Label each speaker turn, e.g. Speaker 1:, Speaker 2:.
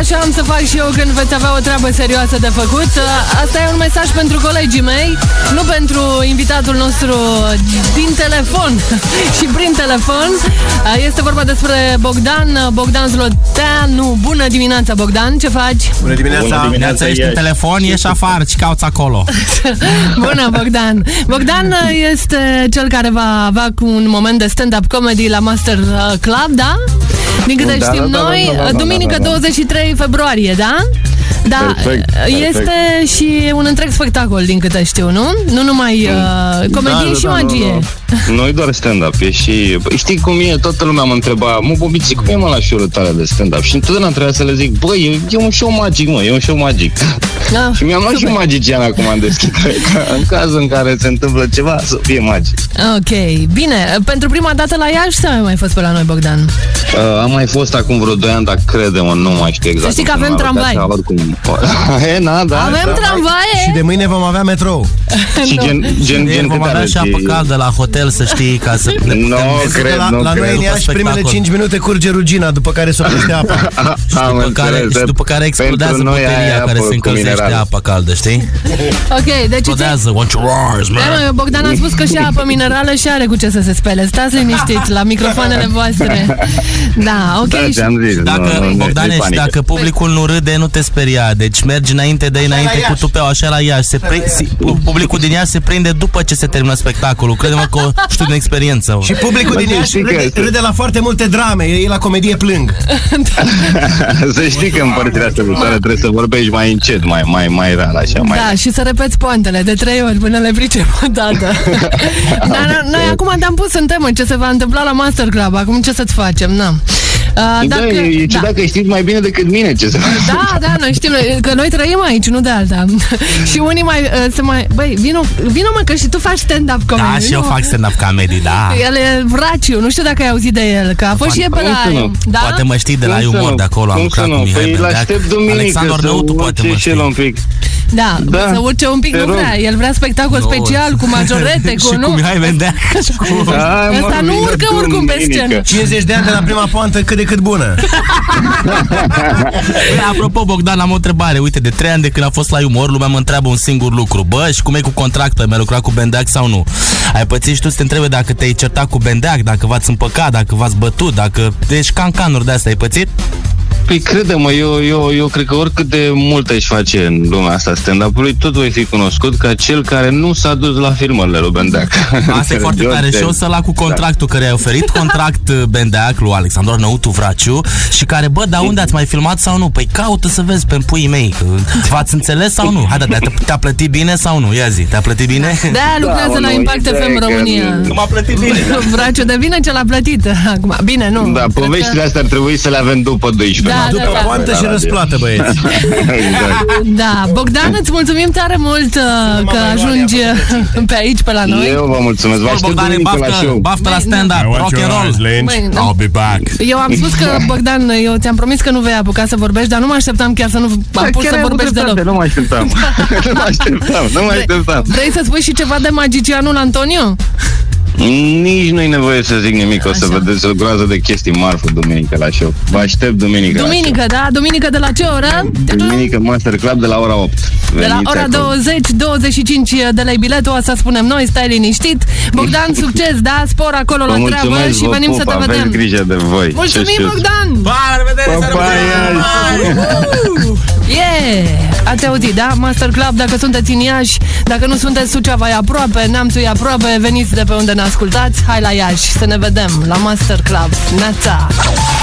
Speaker 1: așa am să fac și eu când veți avea o treabă serioasă de făcut. Asta e un mesaj pentru colegii mei, nu pentru invitatul nostru din telefon și prin telefon. Este vorba despre Bogdan, Bogdan Zloteanu. Bună dimineața, Bogdan, ce faci?
Speaker 2: Bună dimineața!
Speaker 3: Bună dimineața,
Speaker 4: Ești în
Speaker 3: ești.
Speaker 4: telefon, ieși afară, ce cauți acolo?
Speaker 1: Bună, Bogdan! Bogdan este cel care va avea cu un moment de stand-up comedy la Master Club, da? Din câte
Speaker 3: Da,
Speaker 1: știm
Speaker 3: da, da,
Speaker 1: noi,
Speaker 3: da, da, da,
Speaker 1: duminică
Speaker 3: da, da.
Speaker 1: 23 februarie, da? Da,
Speaker 3: Perfect, perfect.
Speaker 1: este și un întreg spectacol, din câte știu, nu? Nu numai
Speaker 3: Da,
Speaker 1: uh,
Speaker 4: Da,
Speaker 1: comedie și magie.
Speaker 3: Nu, nu e doar stand-up, e și... Bă, Știi cum e? Toată lumea mă întreba, mă, Bobici, cum e mă la show tale de stand-up? Și întotdeauna trebuia să le zic, băi, e, e un show magic, mă, e un show magic.
Speaker 1: Ah,
Speaker 3: și mi-am luat și un magician acum în deschidere, ca în cazul în care se întâmplă ceva, să fie magic.
Speaker 1: Ah, Ok, bine. Pentru prima dată la Iași sau ai mai fost pe la noi, Bogdan?
Speaker 3: Uh, am mai fost acum vreo 2 ani, dar crede-mă, nu mai știu exact.
Speaker 1: Să știi că
Speaker 3: cum
Speaker 1: avem
Speaker 3: s-a
Speaker 1: tramvai.
Speaker 3: alocat, Oricum. e, na, da.
Speaker 1: Avem
Speaker 2: Și
Speaker 1: tramvaie?
Speaker 2: de mâine vom avea metrou.
Speaker 3: Și gen, gen,
Speaker 4: Ei,
Speaker 3: gen,
Speaker 4: vom
Speaker 3: câte
Speaker 4: avea
Speaker 3: are?
Speaker 4: și apă
Speaker 3: E-
Speaker 4: caldă la hotel, să știi, ca să ne
Speaker 3: Nu
Speaker 4: putem
Speaker 3: cred,
Speaker 4: vezi.
Speaker 2: Că la,
Speaker 3: nu
Speaker 2: la
Speaker 3: cred.
Speaker 2: noi în
Speaker 4: După
Speaker 2: Iași, primele
Speaker 4: spectacol.
Speaker 2: 5 minute curge rugina, după care se oprește apa.
Speaker 3: Și
Speaker 4: După care, și după care explodează butelia care se încălzește apa caldă, știi?
Speaker 1: Ok, deci îți
Speaker 4: Explodează, once roars,
Speaker 1: Da,
Speaker 4: man.
Speaker 1: mă, Bogdan a spus că și apă minerală și are cu ce să se spele. Stați liniștiți la microfoanele voastre. Da, ok.
Speaker 3: Da,
Speaker 1: și-
Speaker 3: ți-am zis.
Speaker 4: Dacă,
Speaker 3: nu, nu,
Speaker 4: Bogdane,
Speaker 3: nu-i
Speaker 4: și
Speaker 3: panică.
Speaker 4: dacă publicul nu râde, nu te speria. Deci mergi înainte, de înainte cu tupeu, așa la Iași. Se pri- si- publicul din Iași se prinde după ce se termină spectacolul. Crede-mă că o știu din experiență.
Speaker 2: Și publicul din
Speaker 3: Bă,
Speaker 2: Iași
Speaker 3: știi că
Speaker 2: râde,
Speaker 3: este-
Speaker 2: râde la foarte multe drame. Ei la comedie plâng.
Speaker 3: Să știi că în părțile astea viitoare trebuie să vorbești mai încet, mai, mai, mai rar, așa, mai...
Speaker 1: Da, și să repeți poantele de trei ori până le pricep o dată. Dar no- noi acum te-am pus în temă ce se va întâmpla la Master Club. Acum ce să-ți facem? Na. Uh,
Speaker 3: Da, e, e ciudat că știți mai bine decât mine ce să
Speaker 1: Da, da, noi știm noi- că noi trăim aici, nu de alta. și unii mai uh, se mai... Băi, vino, vino mă că și tu faci stand-up comedy.
Speaker 4: Da, și eu
Speaker 1: nu?
Speaker 4: fac stand-up comedy, da.
Speaker 1: El e vraciu, nu știu dacă ai auzit de el, că a fost și e pe
Speaker 3: Cum să
Speaker 1: la...
Speaker 3: nu?
Speaker 1: Da?
Speaker 4: Poate mă știi de la
Speaker 3: Cum să
Speaker 4: umor
Speaker 3: nu?
Speaker 4: de acolo, am
Speaker 3: Cum să
Speaker 4: lucrat
Speaker 3: nu?
Speaker 4: cu Mihai
Speaker 3: Păi îl
Speaker 4: Bendeac.
Speaker 3: aștept duminică
Speaker 4: Alexandru
Speaker 3: să
Speaker 4: Năutu poate
Speaker 3: urce
Speaker 4: mă
Speaker 3: și
Speaker 4: știi.
Speaker 3: el un pic.
Speaker 1: Da,
Speaker 3: Da.
Speaker 1: să urce un pic,
Speaker 3: Te
Speaker 1: nu
Speaker 3: rog.
Speaker 1: vrea. El vrea spectacol
Speaker 4: Nu.
Speaker 1: special cu majorete, cu
Speaker 4: și cu
Speaker 1: nu.
Speaker 4: Mihai Bendeac și cu...
Speaker 3: Hai, mă,
Speaker 1: Ăsta nu
Speaker 3: vină
Speaker 1: urcă oricum pe
Speaker 3: duminică.
Speaker 1: scenă.
Speaker 2: 50 de ani de la prima poantă cât de cât bună.
Speaker 4: Băi, Păi, apropo, Bogdan, am o întrebare. Uite, de trei ani de când a fost la umor, lumea mă întreabă un singur lucru. Bă, și cum e cu contractul? Ai lucrat cu Bendeac sau nu? Ai pățit și tu să te întrebe dacă te-ai certat cu Bendeac, dacă v-ați împăcat, dacă v-ați bătut, dacă... Deci cancanuri de asta ai pățit?
Speaker 3: Păi crede-mă, eu, eu, eu cred că oricât de mult își face în lumea asta stand-up-ului, tot voi fi cunoscut ca cel care nu s-a dus la filmările lui Bendeac.
Speaker 4: Asta e foarte
Speaker 3: Eu Da.
Speaker 4: tare.
Speaker 3: te-
Speaker 4: Și o să la cu contractul care ai oferit, contract uh, Bendeac lui Alexandru Năutu Vraciu și care, bă, dar unde ați mai filmat sau nu? Păi caută să vezi pe puii mei. că V-ați înțeles sau nu? Hai, da, dar te- te-a plătit bine sau nu? Ia zi, te-a plătit bine?
Speaker 1: Da, lucrează
Speaker 3: Da,
Speaker 1: la
Speaker 3: nu,
Speaker 1: Impact
Speaker 3: ideea
Speaker 1: FM
Speaker 3: e că-
Speaker 1: România.
Speaker 4: M-a plătit bine.
Speaker 1: Vraciu de vine ce l-a plătit acum. Bine, nu.
Speaker 3: Da,
Speaker 1: cred că-
Speaker 3: poveștile astea ar trebui să le avem după 12.
Speaker 1: Da,
Speaker 3: noapte.
Speaker 1: da,
Speaker 2: După
Speaker 1: da.
Speaker 2: poantă
Speaker 3: La
Speaker 2: și
Speaker 3: radio.
Speaker 2: răsplată, băieți.
Speaker 3: Exact.
Speaker 1: Da, Bogdan, îți mulțumim tare mult uh, că
Speaker 2: mai
Speaker 1: ajungi uh,
Speaker 2: Ioane,
Speaker 1: pe aici, pe la noi.
Speaker 3: Eu vă mulțumesc. Vă aștept
Speaker 4: Bogdan,
Speaker 3: duminică la
Speaker 4: baftă,
Speaker 3: show.
Speaker 4: baftă la stand-up, rock and roll.
Speaker 1: Băi, nu.
Speaker 5: be back.
Speaker 1: da. Eu am spus că, Bogdan, eu ți-am promis că nu vei apuca să vorbești, dar nu mă așteptam chiar să nu am pus
Speaker 3: Da, chiar
Speaker 1: să
Speaker 3: ai avut
Speaker 1: vorbești
Speaker 3: dreptate, da.
Speaker 1: deloc.
Speaker 3: Nu mă așteptam. nu mă așteptam, nu mă așteptam.
Speaker 1: Vrei să spui și ceva de magicianul Antonio?
Speaker 3: Nici nu-i nevoie să zic nimic, o să
Speaker 1: Așa.
Speaker 3: vedeți o groază de chestii marfă duminică la show. Vă aștept duminică la
Speaker 1: Duminică, da? Duminică de la ce oră?
Speaker 3: show. Duminică Master Club de la ora 8.
Speaker 1: Da, De la
Speaker 3: Veniți
Speaker 1: ora
Speaker 3: acolo.
Speaker 1: 20, 25 de lei biletul, asta spunem noi, stai liniștit. Bogdan, succes, da? Spor acolo
Speaker 3: Vă
Speaker 1: la treabă
Speaker 3: mulțumesc,
Speaker 1: și
Speaker 3: vă
Speaker 1: venim
Speaker 3: pup,
Speaker 1: să te
Speaker 3: aveți
Speaker 1: vedem.
Speaker 3: grijă de voi. Ce
Speaker 1: Mulțumim,
Speaker 3: știți.
Speaker 1: Bogdan!
Speaker 4: Pa, la revedere,
Speaker 3: Pa, pa, ia-i.
Speaker 1: Yeah! Ați auzit, da? Master Club, dacă sunteți în Iași, dacă nu sunteți Suceava, e aproape, Neamțul e aproape, veniți de pe unde ne ascultați, hai la Iași, să ne vedem la Master Club. Neața!